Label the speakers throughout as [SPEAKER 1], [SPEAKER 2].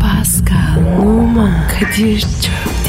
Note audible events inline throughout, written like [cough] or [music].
[SPEAKER 1] Pascal, Oman, Kadir çok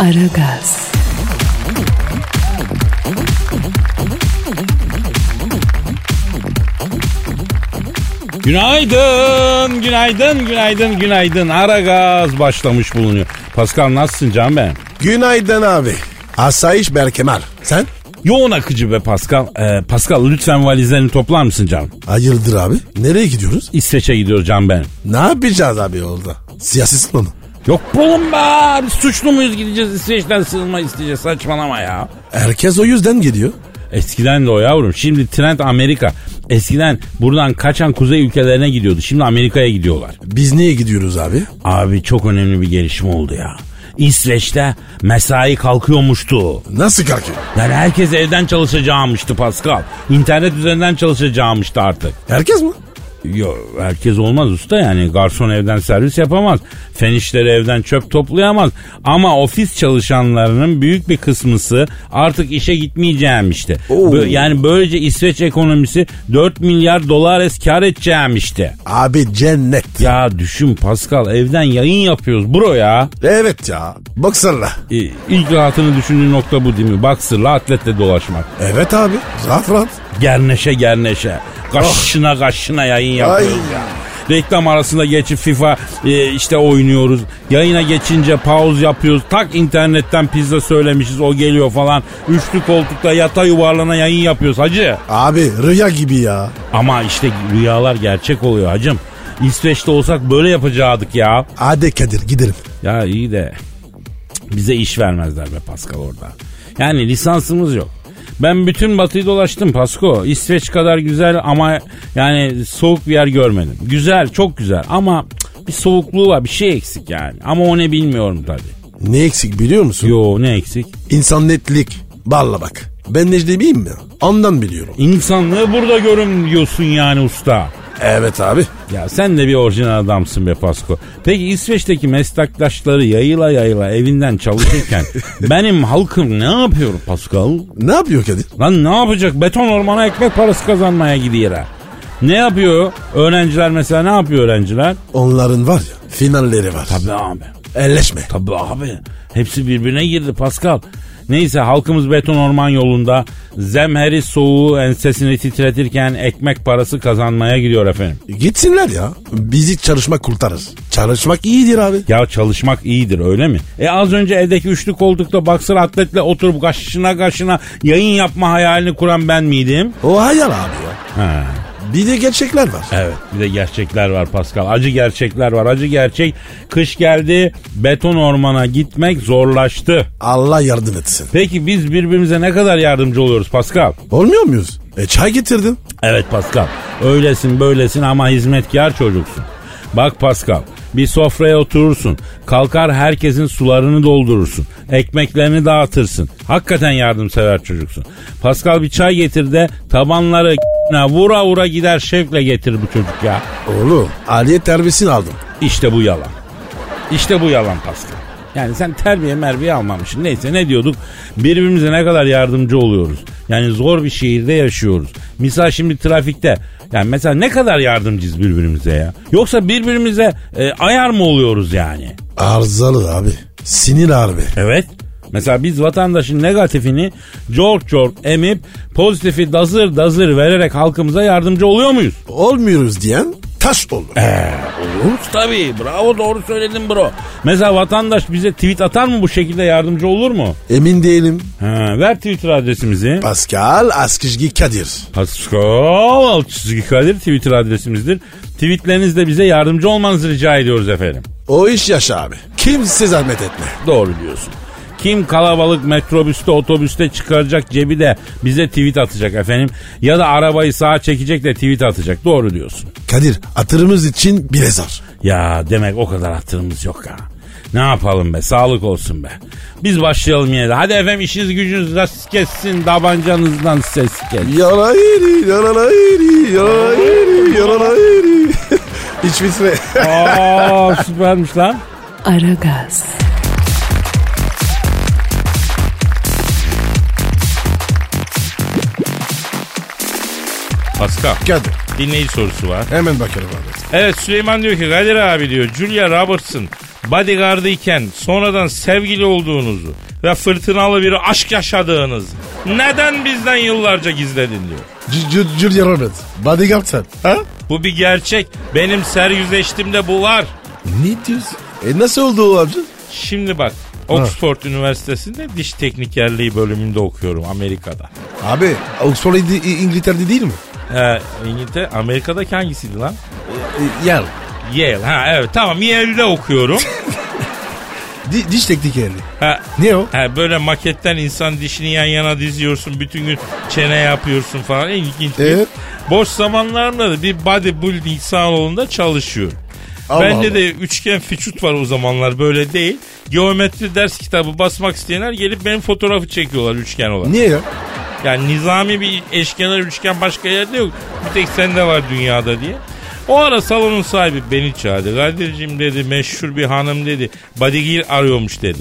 [SPEAKER 1] Aragaz,
[SPEAKER 2] Günaydın, günaydın, günaydın, günaydın. Ara gaz başlamış bulunuyor. Pascal nasılsın can ben?
[SPEAKER 3] Günaydın abi. Asayiş Berkemal. Sen?
[SPEAKER 2] Yoğun akıcı be Pascal. Ee, Pascal lütfen valizlerini toplar mısın can?
[SPEAKER 3] Hayırdır abi? Nereye gidiyoruz?
[SPEAKER 2] İsveç'e gidiyor can ben.
[SPEAKER 3] Ne yapacağız abi orada? Siyaset mi?
[SPEAKER 2] Yok oğlum be biz suçlu muyuz gideceğiz İsveç'ten sığınma isteyeceğiz saçmalama ya.
[SPEAKER 3] Herkes o yüzden geliyor.
[SPEAKER 2] Eskiden de o yavrum. Şimdi trend Amerika. Eskiden buradan kaçan kuzey ülkelerine gidiyordu. Şimdi Amerika'ya gidiyorlar.
[SPEAKER 3] Biz niye gidiyoruz abi?
[SPEAKER 2] Abi çok önemli bir gelişme oldu ya. İsveç'te mesai kalkıyormuştu.
[SPEAKER 3] Nasıl kalkıyor?
[SPEAKER 2] Yani herkes evden çalışacağımıştı Pascal. İnternet üzerinden çalışacağımıştı artık.
[SPEAKER 3] Herkes mi?
[SPEAKER 2] Yo, herkes olmaz usta yani. Garson evden servis yapamaz. Fen işleri evden çöp toplayamaz. Ama ofis çalışanlarının büyük bir kısmısı artık işe gitmeyeceğimişti.
[SPEAKER 3] Oo.
[SPEAKER 2] Bö- yani böylece İsveç ekonomisi 4 milyar dolar es kar edeceğimişti.
[SPEAKER 3] Abi cennet.
[SPEAKER 2] Ya düşün Pascal evden yayın yapıyoruz bro ya.
[SPEAKER 3] Evet ya. Boksarla.
[SPEAKER 2] E, İlk rahatını düşündüğün nokta bu değil mi? Baksırla atletle dolaşmak.
[SPEAKER 3] Evet abi. Rahat rahat.
[SPEAKER 2] Gerneşe gerneşe. Kaşına kaşına yayın yapıyoruz
[SPEAKER 3] Ay.
[SPEAKER 2] ya. Reklam arasında geçip FIFA e, işte oynuyoruz. Yayına geçince pause yapıyoruz. Tak internetten pizza söylemişiz o geliyor falan. Üçlü koltukta yata yuvarlana yayın yapıyoruz hacı.
[SPEAKER 3] Abi rüya gibi ya.
[SPEAKER 2] Ama işte rüyalar gerçek oluyor hacım. İsveç'te olsak böyle yapacaktık ya.
[SPEAKER 3] Hadi Kadir gidelim.
[SPEAKER 2] Ya iyi de cık, bize iş vermezler be Pascal orada. Yani lisansımız yok. Ben bütün batıyı dolaştım Pasko. İsveç kadar güzel ama yani soğuk bir yer görmedim. Güzel, çok güzel ama cık, bir soğukluğu var, bir şey eksik yani. Ama o ne bilmiyorum tabii.
[SPEAKER 3] Ne eksik biliyor musun?
[SPEAKER 2] Yo ne eksik?
[SPEAKER 3] İnsaniyetlik. Balla bak. Ben Necdi miyim mi? Ondan biliyorum.
[SPEAKER 2] İnsanlığı burada görün diyorsun yani usta.
[SPEAKER 3] Evet abi.
[SPEAKER 2] Ya sen de bir orijinal adamsın be Pasko. Peki İsveç'teki meslektaşları yayıla yayıla evinden çalışırken benim halkım ne yapıyor Pascal?
[SPEAKER 3] Ne yapıyor Kadir?
[SPEAKER 2] Lan ne yapacak? Beton ormana ekmek parası kazanmaya gidiyor ha. Ne yapıyor? Öğrenciler mesela ne yapıyor öğrenciler?
[SPEAKER 3] Onların var ya finalleri var.
[SPEAKER 2] Tabii abi.
[SPEAKER 3] Elleşme.
[SPEAKER 2] Tabii abi. Hepsi birbirine girdi Pascal. Neyse halkımız beton orman yolunda zemheri soğuğu ensesini titretirken ekmek parası kazanmaya gidiyor efendim.
[SPEAKER 3] Gitsinler ya. Bizi çalışmak kurtarır. Çalışmak iyidir abi.
[SPEAKER 2] Ya çalışmak iyidir öyle mi? E az önce evdeki üçlü koltukta baksır atletle oturup kaşına kaşına yayın yapma hayalini kuran ben miydim?
[SPEAKER 3] O hayal abi ya.
[SPEAKER 2] Ha.
[SPEAKER 3] Bir de gerçekler var.
[SPEAKER 2] Evet bir de gerçekler var Pascal. Acı gerçekler var. Acı gerçek kış geldi beton ormana gitmek zorlaştı.
[SPEAKER 3] Allah yardım etsin.
[SPEAKER 2] Peki biz birbirimize ne kadar yardımcı oluyoruz Pascal?
[SPEAKER 3] Olmuyor muyuz? E çay getirdin.
[SPEAKER 2] Evet Pascal. Öylesin böylesin ama hizmetkar çocuksun. Bak Pascal bir sofraya oturursun. Kalkar herkesin sularını doldurursun. Ekmeklerini dağıtırsın. Hakikaten yardımsever çocuksun. Pascal bir çay getir de tabanları vura vura gider şevkle getir bu çocuk ya.
[SPEAKER 3] Oğlum Aliye terbiyesini aldım.
[SPEAKER 2] İşte bu yalan. İşte bu yalan Pascal. Yani sen terbiye merbiye almamışsın. Neyse ne diyorduk? Birbirimize ne kadar yardımcı oluyoruz. Yani zor bir şehirde yaşıyoruz. Misal şimdi trafikte. Yani mesela ne kadar yardımcıyız birbirimize ya. Yoksa birbirimize e, ayar mı oluyoruz yani?
[SPEAKER 3] Arızalı abi. Sinir harbi.
[SPEAKER 2] Evet. Mesela biz vatandaşın negatifini cork cork emip pozitifi dazır dazır vererek halkımıza yardımcı oluyor muyuz?
[SPEAKER 3] Olmuyoruz diyen taş olur.
[SPEAKER 2] Oluruz tabii. Bravo doğru söyledin bro. Mesela vatandaş bize tweet atar mı bu şekilde yardımcı olur mu?
[SPEAKER 3] Emin değilim.
[SPEAKER 2] Ha, ver Twitter adresimizi.
[SPEAKER 3] Pascal Askizgi Kadir.
[SPEAKER 2] Pascal alt çizgi Kadir Twitter adresimizdir. Tweetlerinizle bize yardımcı olmanızı rica ediyoruz efendim.
[SPEAKER 3] O iş yaşa abi. Kimse zahmet etme.
[SPEAKER 2] Doğru diyorsun.
[SPEAKER 4] Kim kalabalık metrobüste otobüste çıkaracak cebi de bize tweet atacak efendim. Ya da arabayı sağa çekecek de tweet atacak. Doğru diyorsun.
[SPEAKER 3] Kadir atırımız için bile zar.
[SPEAKER 4] Ya demek o kadar hatırımız yok ha. Ne yapalım be sağlık olsun be. Biz başlayalım yine de. Hadi efendim işiniz gücünüz rast kessin. Tabancanızdan ses kes.
[SPEAKER 3] Yaralayri, yaralayri, yaralayri, [laughs] yaralayri. Hiç bitme.
[SPEAKER 2] [laughs]
[SPEAKER 4] Aa süpermiş lan.
[SPEAKER 1] Aragaz,
[SPEAKER 4] Pascal
[SPEAKER 3] [laughs] Kadir
[SPEAKER 4] dinleyici sorusu var.
[SPEAKER 3] hemen bakarım abi.
[SPEAKER 2] Evet Süleyman diyor ki Kadir abi diyor Julia Robertson bodyguardı iken sonradan sevgili olduğunuzu ve fırtınalı bir aşk yaşadığınızı neden bizden yıllarca gizledin diyor.
[SPEAKER 3] Julia Roberts. Bodyguard sen. Ha?
[SPEAKER 2] Bu bir gerçek. Benim sergüzeştimde bu var.
[SPEAKER 3] Ne diyorsun? E nasıl oldu o amca?
[SPEAKER 2] Şimdi bak Oxford Üniversitesi'nde diş teknikerliği bölümünde okuyorum Amerika'da.
[SPEAKER 3] Abi Oxford İ- İ- İngiltere'de değil mi?
[SPEAKER 2] He, İngiltere, Amerika'daki hangisiydi lan?
[SPEAKER 3] E, yer.
[SPEAKER 2] Yale. Ha evet tamam Yale'de okuyorum.
[SPEAKER 3] Di- diş teknik yerli.
[SPEAKER 2] Ha,
[SPEAKER 3] Ne o?
[SPEAKER 2] Ha, böyle maketten insan dişini yan yana diziyorsun. Bütün gün çene yapıyorsun falan. En ilginç. bir-
[SPEAKER 3] Evet.
[SPEAKER 2] Boş zamanlarımda da bir bodybuilding salonunda çalışıyorum.
[SPEAKER 3] Allah
[SPEAKER 2] Bende
[SPEAKER 3] Allah.
[SPEAKER 2] de üçgen fiçut var o zamanlar böyle değil. Geometri ders kitabı basmak isteyenler gelip benim fotoğrafı çekiyorlar üçgen olarak.
[SPEAKER 3] Niye ya?
[SPEAKER 2] Yani nizami bir eşkenar üçgen başka yerde yok. Bir tek sende var dünyada diye. O ara salonun sahibi beni çağırdı. Kadir'cim dedi meşhur bir hanım dedi. Bodyguard arıyormuş dedi.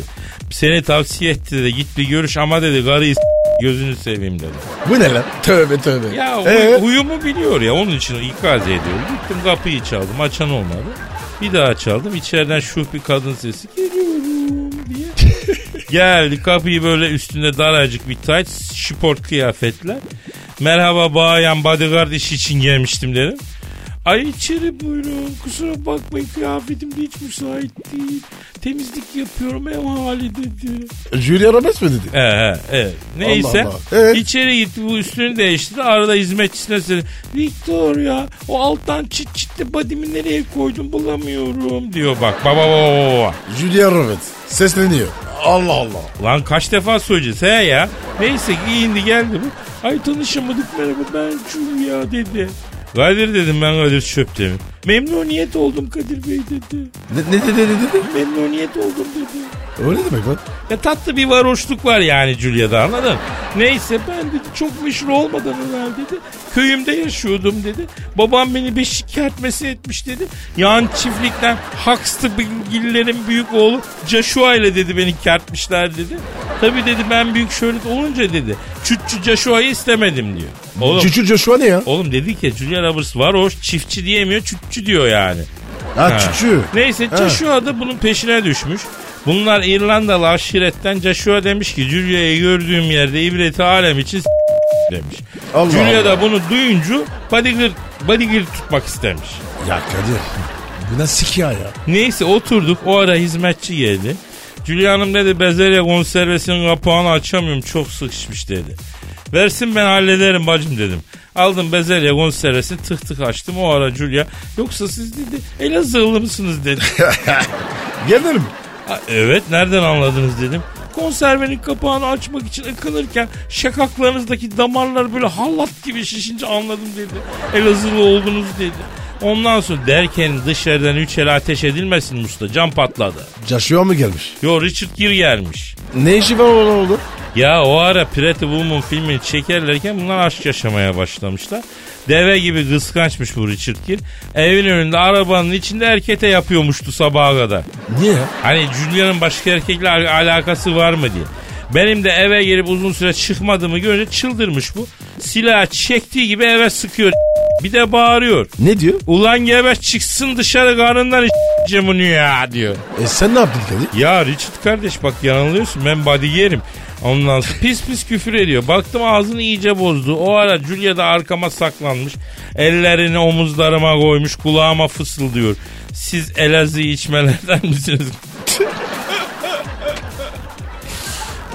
[SPEAKER 2] Seni tavsiye etti dedi. Git bir görüş ama dedi karıyı s- gözünü seveyim dedi.
[SPEAKER 3] Bu ne lan? Tövbe tövbe.
[SPEAKER 2] Ya huy-
[SPEAKER 3] Ee?
[SPEAKER 2] huyumu biliyor ya onun için ikaz ediyorum. Gittim kapıyı çaldım açan olmadı. Bir daha çaldım içeriden şuh bir kadın sesi geliyorum diye. Geldi kapıyı böyle üstünde daracık bir tayt, şiport kıyafetler. Merhaba bayan bodyguard işi için gelmiştim dedim. Ay içeri buyurun kusura bakmayın kıyafetim de hiç müsait değil. Temizlik yapıyorum ev hali dedi.
[SPEAKER 3] Julia Roberts mi dedi?
[SPEAKER 2] He he evet. Neyse
[SPEAKER 3] Allah. Evet.
[SPEAKER 2] içeri gitti bu üstünü değiştirdi. Arada hizmetçisine söyledi. Victor ya o alttan çit çitli badimi nereye koydum bulamıyorum diyor bak. Baba baba baba.
[SPEAKER 3] Julia Roberts. Sesleniyor. Allah Allah.
[SPEAKER 2] Lan kaç defa söyleyeceğiz he ya. Neyse giyindi geldi bu. Ay tanışamadık merhaba ben Julia dedi. Kadir dedim ben Kadir Çöp demin. Memnuniyet oldum Kadir Bey dedi.
[SPEAKER 3] Ne ne ne ne ne? ne?
[SPEAKER 2] Memnuniyet oldum dedi.
[SPEAKER 3] O ne demek lan?
[SPEAKER 2] Ya tatlı bir varoşluk var yani Julia'da anladın? Neyse ben dedi çok meşhur olmadan evvel dedi. Köyümde yaşıyordum dedi. Babam beni bir şikayetmesi etmiş dedi. Yan çiftlikten Huxtable Gillerin büyük oğlu Joshua ile dedi beni kertmişler dedi. Tabii dedi ben büyük şöhret olunca dedi. Çütçü Joshua'yı istemedim diyor. Oğlum,
[SPEAKER 3] Çuçu Joshua ne ya?
[SPEAKER 2] oğlum dedi ki Julia Roberts varoş çiftçi diyemiyor çütçü diyor yani.
[SPEAKER 3] Ha çuçu.
[SPEAKER 2] Neyse Joshua da bunun peşine düşmüş. Bunlar İrlandalı aşiretten Joshua demiş ki Julia'yı gördüğüm yerde ibreti alem için s- demiş.
[SPEAKER 3] Allah
[SPEAKER 2] Julia
[SPEAKER 3] Allah.
[SPEAKER 2] da bunu duyunca bodyguard, bodyguard tutmak istemiş.
[SPEAKER 3] Ya Kadir. Bu nasıl ya ya?
[SPEAKER 2] Neyse oturduk o ara hizmetçi geldi. Julia Hanım dedi bezelye konservesinin kapağını açamıyorum çok sıkışmış dedi. Versin ben hallederim bacım dedim. Aldım bezelye konservesini tık tık açtım o ara Julia. Yoksa siz dedi Elazığlı mısınız dedi.
[SPEAKER 3] Gelirim.
[SPEAKER 2] Ha, Evet nereden anladınız dedim. Konservenin kapağını açmak için ıkınırken şakaklarınızdaki damarlar böyle hallat gibi şişince anladım dedi. Elazığlı oldunuz dedi. Ondan sonra derken dışarıdan üç el ateş edilmesin usta cam patladı.
[SPEAKER 3] Joshua mı gelmiş?
[SPEAKER 2] Yo Richard Gere gelmiş.
[SPEAKER 3] Ne işi var ona oldu?
[SPEAKER 2] Ya o ara Pretty Woman filmini çekerlerken bunlar aşk yaşamaya başlamışlar. Deve gibi kıskançmış bu Richard Gere. Evin önünde arabanın içinde erkete yapıyormuştu sabaha kadar.
[SPEAKER 3] Niye ya?
[SPEAKER 2] Hani Julia'nın başka erkekle al- alakası var mı diye. Benim de eve gelip uzun süre çıkmadığımı görünce çıldırmış bu. Silahı çektiği gibi eve sıkıyor. Bir de bağırıyor.
[SPEAKER 3] Ne diyor?
[SPEAKER 2] Ulan geber çıksın dışarı karnından içeceğim bunu ya diyor.
[SPEAKER 3] E sen ne yaptın Kadir?
[SPEAKER 2] Ya Richard kardeş bak yanılıyorsun ben body yerim. Ondan sonra pis pis küfür ediyor. Baktım ağzını iyice bozdu. O ara Julia da arkama saklanmış. Ellerini omuzlarıma koymuş kulağıma fısıldıyor. Siz Elazığ içmelerden [laughs] misiniz?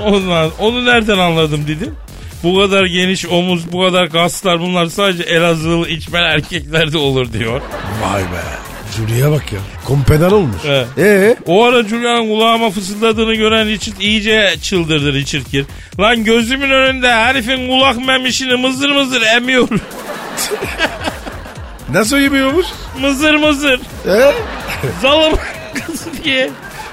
[SPEAKER 2] Ondan, onu nereden anladım dedim. Bu kadar geniş omuz, bu kadar kaslar bunlar sadece Elazığlı içmen erkeklerde olur diyor.
[SPEAKER 3] Vay be. Julia bak ya. Kompedar olmuş.
[SPEAKER 5] He.
[SPEAKER 3] Ee?
[SPEAKER 5] O ara Julian kulağıma fısıldadığını gören Richard iyice çıldırdı Richard Gere. Lan gözümün önünde herifin kulak memişini mızır mızır emiyor.
[SPEAKER 3] Nasıl yemiyormuş?
[SPEAKER 5] [laughs] mızır mızır.
[SPEAKER 3] Ee?
[SPEAKER 5] Zalım [laughs] kızı diye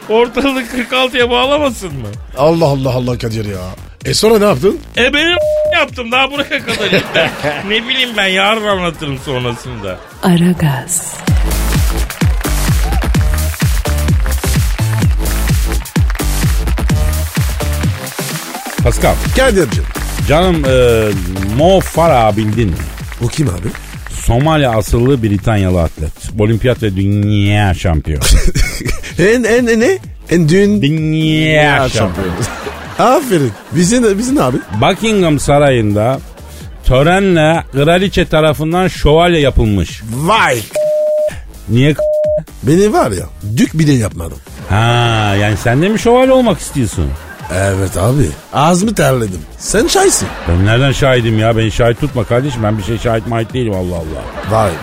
[SPEAKER 5] ortalık 46'ya bağlamasın mı?
[SPEAKER 3] Allah Allah Allah Kadir ya. E sonra ne yaptın?
[SPEAKER 5] E benim [laughs] yaptım daha buraya kadar. yeter.
[SPEAKER 2] [laughs]
[SPEAKER 5] ne bileyim ben yarın anlatırım sonrasında.
[SPEAKER 1] Aragaz,
[SPEAKER 2] Pascal.
[SPEAKER 3] Kadir'cim.
[SPEAKER 2] Canım e, Mo Farah bildin mi?
[SPEAKER 3] Bu kim abi?
[SPEAKER 2] Somali asıllı Britanyalı atlet. Olimpiyat ve
[SPEAKER 5] [laughs]
[SPEAKER 2] dünya şampiyonu.
[SPEAKER 3] En en en ne? En dün
[SPEAKER 2] dünya şampiyonu.
[SPEAKER 3] [laughs] Aferin. Bizim bizim abi.
[SPEAKER 2] Buckingham Sarayı'nda törenle kraliçe tarafından şövalye yapılmış.
[SPEAKER 3] Vay.
[SPEAKER 2] Niye k-
[SPEAKER 3] Beni var ya dük bile yapmadım.
[SPEAKER 2] Ha yani sen de mi şövalye olmak istiyorsun?
[SPEAKER 3] Evet abi. Ağzımı terledim. Sen çaysın.
[SPEAKER 2] Ben nereden şahidim ya? Beni şahit tutma kardeşim. Ben bir şey şahit mahit değilim Allah Allah.
[SPEAKER 3] Vay be.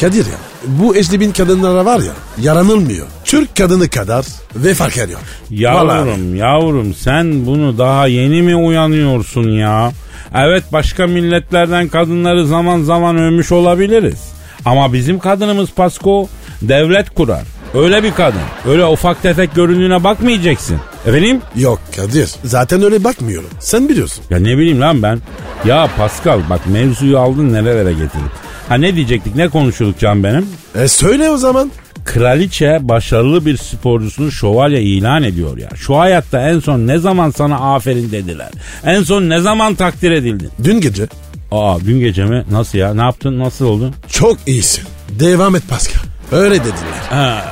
[SPEAKER 3] Kadir ya bu eşlibin kadınlara var ya yaranılmıyor. Türk kadını kadar ve fark ediyor. Vallahi.
[SPEAKER 2] Yavrum yavrum sen bunu daha yeni mi uyanıyorsun ya? Evet başka milletlerden kadınları zaman zaman övmüş olabiliriz. Ama bizim kadınımız Pasko devlet kurar. Öyle bir kadın. Öyle ufak tefek göründüğüne bakmayacaksın. Efendim?
[SPEAKER 3] Yok Kadir zaten öyle bakmıyorum. Sen biliyorsun.
[SPEAKER 2] Ya ne bileyim lan ben. Ya Pascal bak mevzuyu aldın nerelere getirdin. Ha ne diyecektik ne konuşuyorduk can benim?
[SPEAKER 3] E söyle o zaman.
[SPEAKER 2] Kraliçe başarılı bir sporcusunu şövalye ilan ediyor ya. Şu hayatta en son ne zaman sana aferin dediler? En son ne zaman takdir edildin?
[SPEAKER 3] Dün gece
[SPEAKER 2] Aa dün gece mi? Nasıl ya? Ne yaptın? Nasıl oldu?
[SPEAKER 3] çok iyisin. Devam et Pascal. Öyle dediler.
[SPEAKER 2] Ha,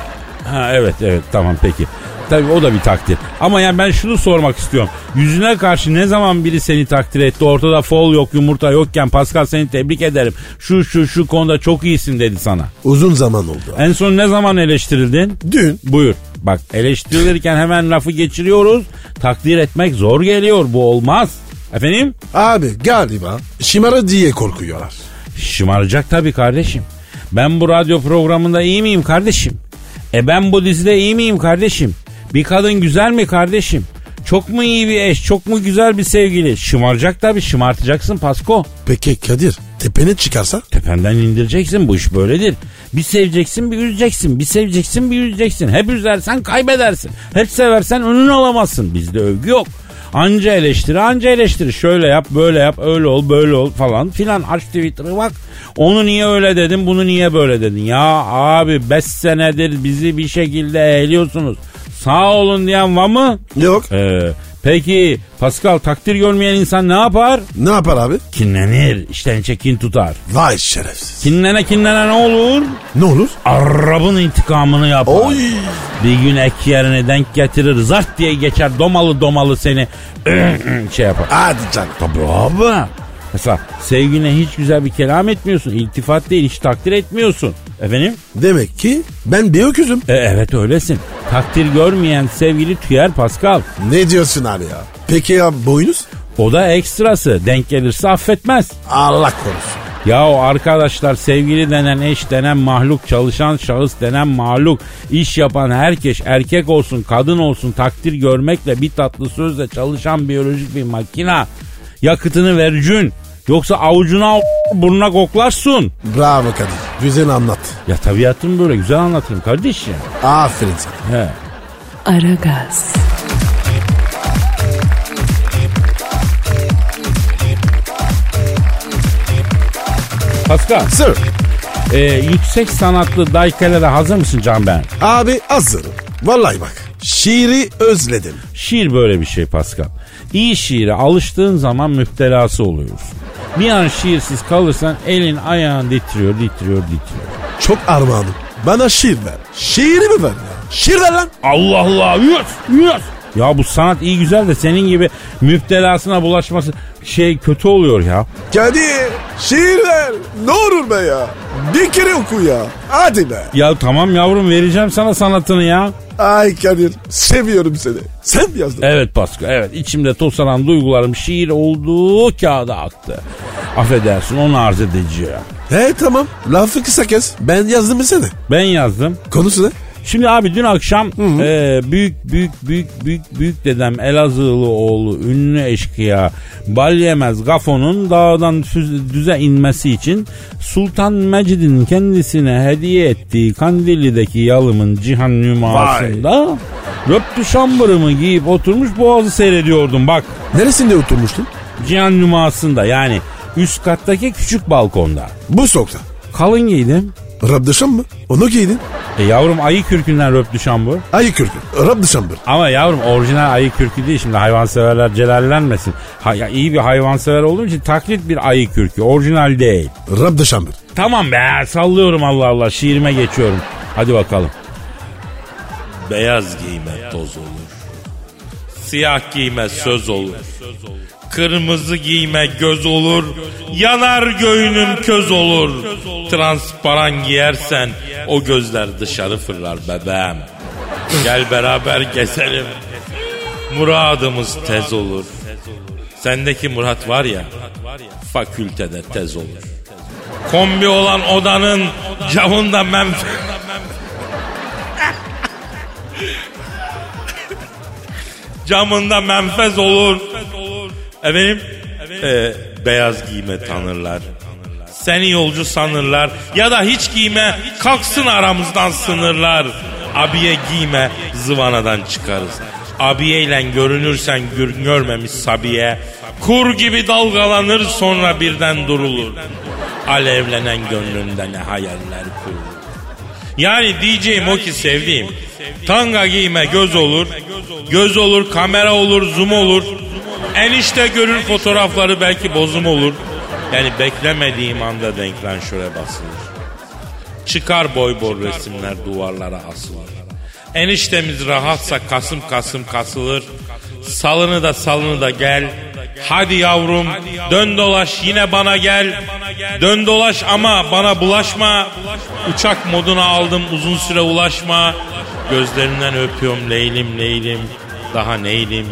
[SPEAKER 2] ha evet evet tamam peki. Tabii o da bir takdir. Ama yani ben şunu sormak istiyorum. Yüzüne karşı ne zaman biri seni takdir etti? Ortada fol yok, yumurta yokken Pascal seni tebrik ederim. Şu şu şu konuda çok iyisin dedi sana.
[SPEAKER 3] Uzun zaman oldu.
[SPEAKER 2] En son ne zaman eleştirildin?
[SPEAKER 3] Dün
[SPEAKER 2] Buyur. Bak eleştirilirken hemen lafı geçiriyoruz. Takdir etmek zor geliyor. Bu olmaz. Efendim?
[SPEAKER 3] abi galiba şımarı diye korkuyorlar.
[SPEAKER 2] Şımaracak tabii kardeşim. Ben bu radyo programında iyi miyim kardeşim? E ben bu dizide iyi miyim kardeşim? Bir kadın güzel mi kardeşim? Çok mu iyi bir eş, çok mu güzel bir sevgili? Şımaracak tabii, şımartacaksın Pasko.
[SPEAKER 3] Peki Kadir tepene çıkarsa?
[SPEAKER 2] Tependen indireceksin, bu iş böyledir. Bir seveceksin, bir üzeceksin, bir seveceksin, bir üzeceksin. Hep üzersen kaybedersin. Hep seversen önün alamazsın. Bizde övgü yok. Anca eleştiri, anca eleştiri. Şöyle yap, böyle yap, öyle ol, böyle ol falan filan. Aç Twitter'ı bak. Onu niye öyle dedin, bunu niye böyle dedin? Ya abi 5 senedir bizi bir şekilde eğliyorsunuz. Sağ olun diyen var mı?
[SPEAKER 3] Yok.
[SPEAKER 2] Ee, peki Pascal takdir görmeyen insan ne yapar?
[SPEAKER 3] Ne yapar abi?
[SPEAKER 2] Kinlenir, işten çekin tutar.
[SPEAKER 3] Vay şerefsiz.
[SPEAKER 2] Kinlene kinlene ne olur?
[SPEAKER 3] Ne olur?
[SPEAKER 2] Arabın intikamını yapar.
[SPEAKER 3] Oy.
[SPEAKER 2] Bir gün ek yerine denk getirir. Zart diye geçer domalı domalı seni şey yapar.
[SPEAKER 3] Hadi canım.
[SPEAKER 2] Tabii abi. Mesela sevgiline hiç güzel bir kelam etmiyorsun. İltifat değil hiç takdir etmiyorsun. Efendim?
[SPEAKER 3] Demek ki ben bir öküzüm.
[SPEAKER 2] E, evet öylesin. Takdir görmeyen sevgili tüyer Pascal.
[SPEAKER 3] Ne diyorsun abi ya? Peki ya boynuz?
[SPEAKER 2] O da ekstrası. Denk gelirse affetmez.
[SPEAKER 3] Allah korusun.
[SPEAKER 2] Ya o arkadaşlar sevgili denen eş denen mahluk çalışan şahıs denen mahluk iş yapan herkes erkek olsun kadın olsun takdir görmekle bir tatlı sözle çalışan biyolojik bir makina yakıtını vercün yoksa avucuna al- burnuna koklarsın.
[SPEAKER 3] Bravo Kadir. Güzel anlat.
[SPEAKER 2] Ya tabiatını böyle güzel anlatırım kardeşim.
[SPEAKER 3] Aferin sana.
[SPEAKER 2] He.
[SPEAKER 1] Aragaz,
[SPEAKER 2] Pascal
[SPEAKER 3] Sir.
[SPEAKER 2] e, yüksek sanatlı Daykel'e de hazır mısın Can Ben?
[SPEAKER 3] Abi hazırım. Vallahi bak. Şiiri özledim.
[SPEAKER 2] Şiir böyle bir şey Pascal. İyi şiire alıştığın zaman müptelası oluyorsun. Bir an şiirsiz kalırsan elin ayağın titriyor, titriyor, titriyor.
[SPEAKER 3] Çok armağanım. Bana şiir ver. Şiiri mi ver ya? Şiir ver lan.
[SPEAKER 2] Allah Allah, yüz, yüz. Ya bu sanat iyi güzel de senin gibi müptelasına bulaşması şey kötü oluyor ya.
[SPEAKER 3] Kadir. Şiir ver. Ne olur be ya. Bir kere oku ya. Hadi be.
[SPEAKER 2] Ya tamam yavrum vereceğim sana sanatını ya.
[SPEAKER 3] Ay Kadir. Seviyorum seni. Sen
[SPEAKER 2] E-
[SPEAKER 3] mi yazdın?
[SPEAKER 2] Evet Pasko evet içimde tosaran duygularım şiir olduğu kağıda aktı.
[SPEAKER 6] Affedersin onu arz edeceğim.
[SPEAKER 3] He tamam. Lafı kısa kes. Ben yazdım seni.
[SPEAKER 6] Ben yazdım.
[SPEAKER 3] Konusu ne?
[SPEAKER 6] Şimdi abi dün akşam e, büyük büyük büyük büyük büyük dedem Elazığlı oğlu ünlü eşkıya Balyemez Gafo'nun dağdan füz- düze inmesi için Sultan Mecid'in kendisine hediye ettiği Kandilli'deki yalımın cihan nümasında röptü şambırımı giyip oturmuş boğazı seyrediyordum bak.
[SPEAKER 3] Neresinde oturmuştun?
[SPEAKER 6] Cihan nümasında yani üst kattaki küçük balkonda.
[SPEAKER 3] Bu sokta.
[SPEAKER 6] Kalın giydim.
[SPEAKER 3] Rabdışan mı? Onu giydin.
[SPEAKER 6] E yavrum ayı kürkünden röptü şambır.
[SPEAKER 3] Ayı kürkü. Rabdışan bir.
[SPEAKER 6] Ama yavrum orijinal ayı kürkü değil şimdi hayvanseverler celallenmesin. Ha, ya iyi bir hayvansever olduğum için taklit bir ayı kürkü orijinal değil.
[SPEAKER 3] Rabdışan bir.
[SPEAKER 6] Tamam be sallıyorum Allah Allah şiirime geçiyorum. Hadi bakalım.
[SPEAKER 2] Beyaz giyme toz olur. Siyah giyme söz olur. Kırmızı giyme göz olur. Yanar göğünüm köz olur. Transparan giyersen o gözler dışarı fırlar bebeğim. Gel beraber gezelim. Muradımız tez olur. Sendeki Murat var ya fakültede tez olur. Kombi olan odanın camında menfe... camında menfez olur. Efendim, e, beyaz giyme tanırlar. Seni yolcu sanırlar ya da hiç giyme kalksın aramızdan sınırlar. Abiye giyme zıvanadan çıkarız. Abiyeyle görünürsen gör, görmemiş Sabiye. Kur gibi dalgalanır sonra birden durulur. Alevlenen gönlünde ne hayaller kurulur. Yani diyeceğim o ki sevdiğim. Tanga giyme göz olur. Göz olur, kamera olur, zoom olur. Enişte görür fotoğrafları belki bozum olur. Yani beklemediğim anda denklen şöyle basılır. Çıkar boy bor resimler duvarlara asılır. Eniştemiz rahatsa kasım kasım kasılır. Salını da salını da gel. Hadi yavrum dön dolaş yine bana gel. Dön dolaş ama bana bulaşma. Uçak moduna aldım uzun süre ulaşma. Gözlerinden öpüyorum leylim leylim. Daha neylim.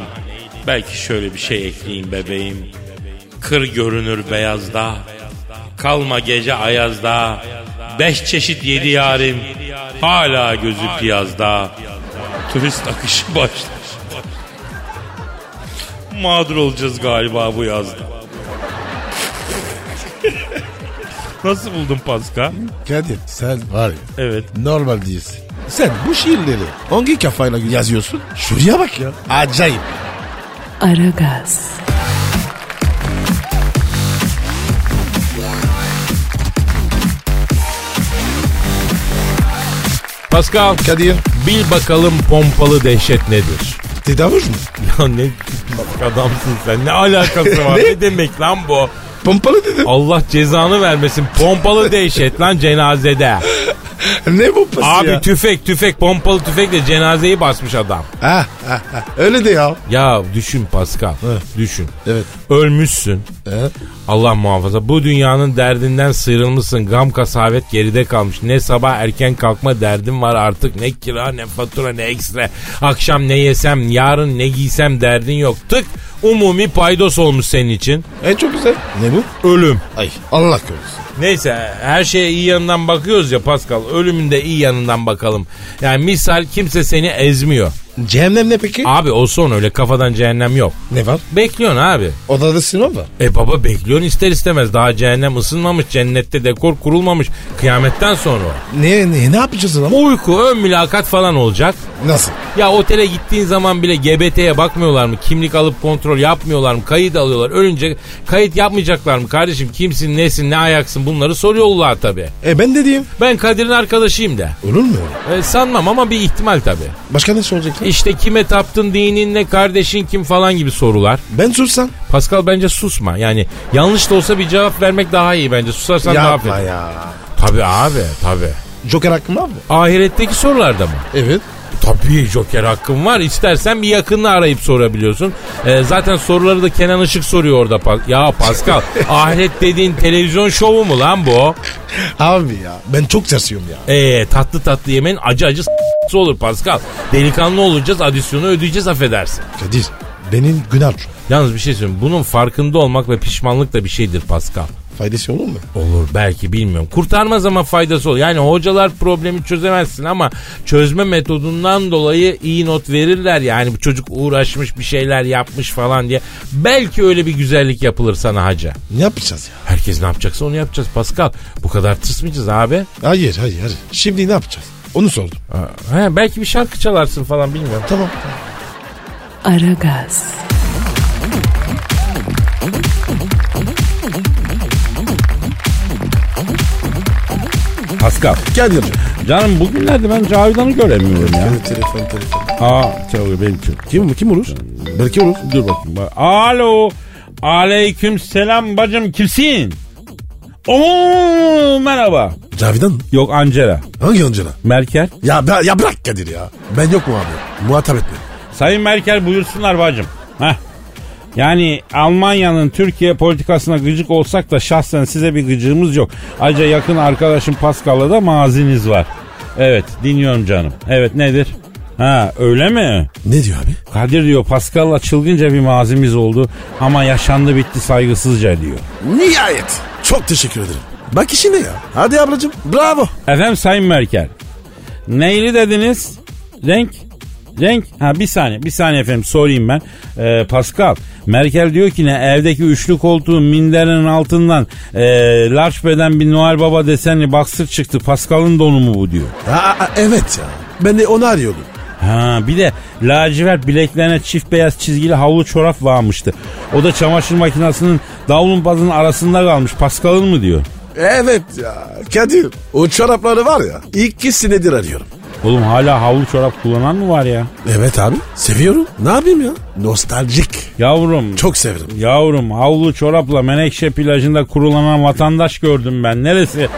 [SPEAKER 2] Belki şöyle bir şey ekleyeyim bebeğim. Kır görünür beyazda. Kalma gece ayazda. Beş çeşit yedi yarim. Hala gözü piyazda. Turist akışı [laughs] başlar. Mağdur olacağız galiba bu yazda. [laughs] Nasıl buldun Paska?
[SPEAKER 3] Kadir sen var ya
[SPEAKER 2] Evet.
[SPEAKER 3] normal değilsin. Sen bu şiirleri hangi kafayla yazıyorsun? Şuraya bak ya. Acayip.
[SPEAKER 1] Aragaz,
[SPEAKER 7] Pascal
[SPEAKER 3] Kadir
[SPEAKER 7] bil bakalım pompalı dehşet nedir?
[SPEAKER 3] tedavuş mu?
[SPEAKER 7] [laughs] Ya ne tipik adamsın sen ne [laughs] alakası var ne demek lan bu?
[SPEAKER 3] Pompalı dedim.
[SPEAKER 7] Allah cezanı vermesin pompalı dehşet lan cenazede.
[SPEAKER 3] ne bu pası
[SPEAKER 7] Abi
[SPEAKER 3] ya?
[SPEAKER 7] tüfek tüfek pompalı tüfekle cenazeyi basmış adam.
[SPEAKER 3] Ha, ha, ha. Öyle de ya.
[SPEAKER 7] Ya düşün Pascal düşün.
[SPEAKER 3] Evet.
[SPEAKER 7] Ölmüşsün.
[SPEAKER 3] He.
[SPEAKER 7] Allah muhafaza bu dünyanın derdinden sıyrılmışsın. Gam kasavet geride kalmış. Ne sabah erken kalkma derdim var artık. Ne kira ne fatura ne ekstra. Akşam ne yesem yarın ne giysem derdin yok. Tık umumi paydos olmuş senin için.
[SPEAKER 3] En çok güzel. Ne bu?
[SPEAKER 7] Ölüm.
[SPEAKER 3] Ay Allah korusun.
[SPEAKER 7] Neyse her şeye iyi yanından bakıyoruz ya Pascal. Ölümün de iyi yanından bakalım. Yani misal kimse seni ezmiyor.
[SPEAKER 3] Cehennem ne peki?
[SPEAKER 7] Abi o son öyle kafadan cehennem yok.
[SPEAKER 3] ne var?
[SPEAKER 7] Bekliyorsun abi.
[SPEAKER 3] Odada sinema var.
[SPEAKER 7] E baba bekliyorsun ister istemez. Daha cehennem ısınmamış, cennette dekor kurulmamış. Kıyametten sonra. o.
[SPEAKER 3] Ne, ne, ne yapacağız lan?
[SPEAKER 7] Uyku, ön mülakat falan olacak.
[SPEAKER 3] Nasıl?
[SPEAKER 7] Ya otele gittiğin zaman bile GBT'ye bakmıyorlar mı? Kimlik alıp kontrol yapmıyorlar mı? Kayıt alıyorlar. Ölünce kayıt yapmayacaklar mı? Kardeşim kimsin, nesin, ne ayaksın bunları soruyorlar tabii.
[SPEAKER 3] E ben de diyeyim.
[SPEAKER 7] Ben Kadir'in arkadaşıyım da.
[SPEAKER 3] Olur mu? öyle?
[SPEAKER 7] E, sanmam ama bir ihtimal tabii.
[SPEAKER 3] Başka ne soracaklar?
[SPEAKER 7] İşte kime taptın, dinin ne, kardeşin kim falan gibi sorular.
[SPEAKER 3] Ben sussam.
[SPEAKER 7] Pascal bence susma. Yani yanlış da olsa bir cevap vermek daha iyi bence. Susarsan daha
[SPEAKER 3] Yapma
[SPEAKER 7] fena.
[SPEAKER 3] ya.
[SPEAKER 7] Tabii abi tabii.
[SPEAKER 3] Joker hakkım var mı?
[SPEAKER 7] Ahiretteki sorularda mı?
[SPEAKER 3] Evet.
[SPEAKER 7] Tabii Joker hakkın var. İstersen bir yakınını arayıp sorabiliyorsun. Ee, zaten soruları da Kenan Işık soruyor orada. Pa- Ya
[SPEAKER 3] [laughs]
[SPEAKER 7] Pascal ahiret dediğin televizyon şovu mu lan bu?
[SPEAKER 3] Abi ya ben çok tersiyim ya.
[SPEAKER 7] Ee, tatlı tatlı yemenin acı acı s**sı olur Pascal. Delikanlı olacağız adisyonu ödeyeceğiz affedersin.
[SPEAKER 3] Kadir benim günah şu.
[SPEAKER 7] Yalnız bir şey söyleyeyim. Bunun farkında olmak ve pişmanlık da bir şeydir Pascal.
[SPEAKER 8] Faydası olur mu?
[SPEAKER 9] Olur belki bilmiyorum. Kurtarmaz ama faydası olur. Yani hocalar problemi çözemezsin ama çözme metodundan dolayı iyi not verirler. Yani bu çocuk uğraşmış bir şeyler yapmış falan diye. Belki öyle bir güzellik yapılır sana haca.
[SPEAKER 8] Ne yapacağız ya?
[SPEAKER 9] Herkes ne yapacaksa onu yapacağız Pascal. Bu kadar tırsmayacağız abi.
[SPEAKER 8] Hayır hayır hayır. Şimdi ne yapacağız? Onu sordum.
[SPEAKER 9] Ha, belki bir şarkı çalarsın falan bilmiyorum.
[SPEAKER 8] Tamam.
[SPEAKER 1] Aragaz,
[SPEAKER 2] Pascal.
[SPEAKER 3] Kadir.
[SPEAKER 2] Canım bugünlerde ben Cavidan'ı göremiyorum ya.
[SPEAKER 3] Evet, telefon telefon.
[SPEAKER 2] Aa çalıyor benim için.
[SPEAKER 3] Kim kim olur? Belki olur. Dur bak.
[SPEAKER 2] Ba- Alo. Aleyküm selam bacım kimsin? Oo merhaba.
[SPEAKER 3] Cavidan
[SPEAKER 2] Yok Ancera.
[SPEAKER 3] hangi Angela?
[SPEAKER 2] Merkel.
[SPEAKER 3] Ya, ben- ya bırak Kadir ya. Ben yok mu abi? Muhatap etme.
[SPEAKER 2] Sayın Merkel buyursunlar bacım. Heh. Yani Almanya'nın Türkiye politikasına gıcık olsak da şahsen size bir gıcığımız yok. Ayrıca yakın arkadaşım Pascal'la da maziniz var. Evet dinliyorum canım. Evet nedir? Ha öyle mi?
[SPEAKER 3] Ne diyor abi?
[SPEAKER 2] Kadir diyor Pascal'la çılgınca bir mazimiz oldu ama yaşandı bitti saygısızca diyor.
[SPEAKER 3] Nihayet. Çok teşekkür ederim. Bak işine ya. Hadi ablacığım. Bravo.
[SPEAKER 2] Efendim Sayın Merkel. Neyli dediniz? Renk? Renk? Ha bir saniye bir saniye efendim sorayım ben. Ee, Pascal Merkel diyor ki ne evdeki üçlü koltuğun minderinin altından e, large beden bir Noel Baba desenli baksır çıktı. Pascal'ın donu mu bu diyor.
[SPEAKER 3] Ha, ha, evet ya. Ben de onu arıyordum.
[SPEAKER 2] Ha bir de lacivert bileklerine çift beyaz çizgili havlu çorap varmıştı. O da çamaşır makinesinin davulun bazının arasında kalmış. Pascal'ın mı diyor.
[SPEAKER 3] Evet ya. Kadir. O çorapları var ya. İki senedir arıyorum.
[SPEAKER 2] Oğlum hala havlu çorap kullanan mı var ya?
[SPEAKER 3] Evet abi. Seviyorum. Ne yapayım ya? Nostaljik.
[SPEAKER 2] Yavrum
[SPEAKER 3] Çok severim.
[SPEAKER 2] Yavrum havlu çorapla Menekşe plajında kurulanan vatandaş gördüm ben. Neresi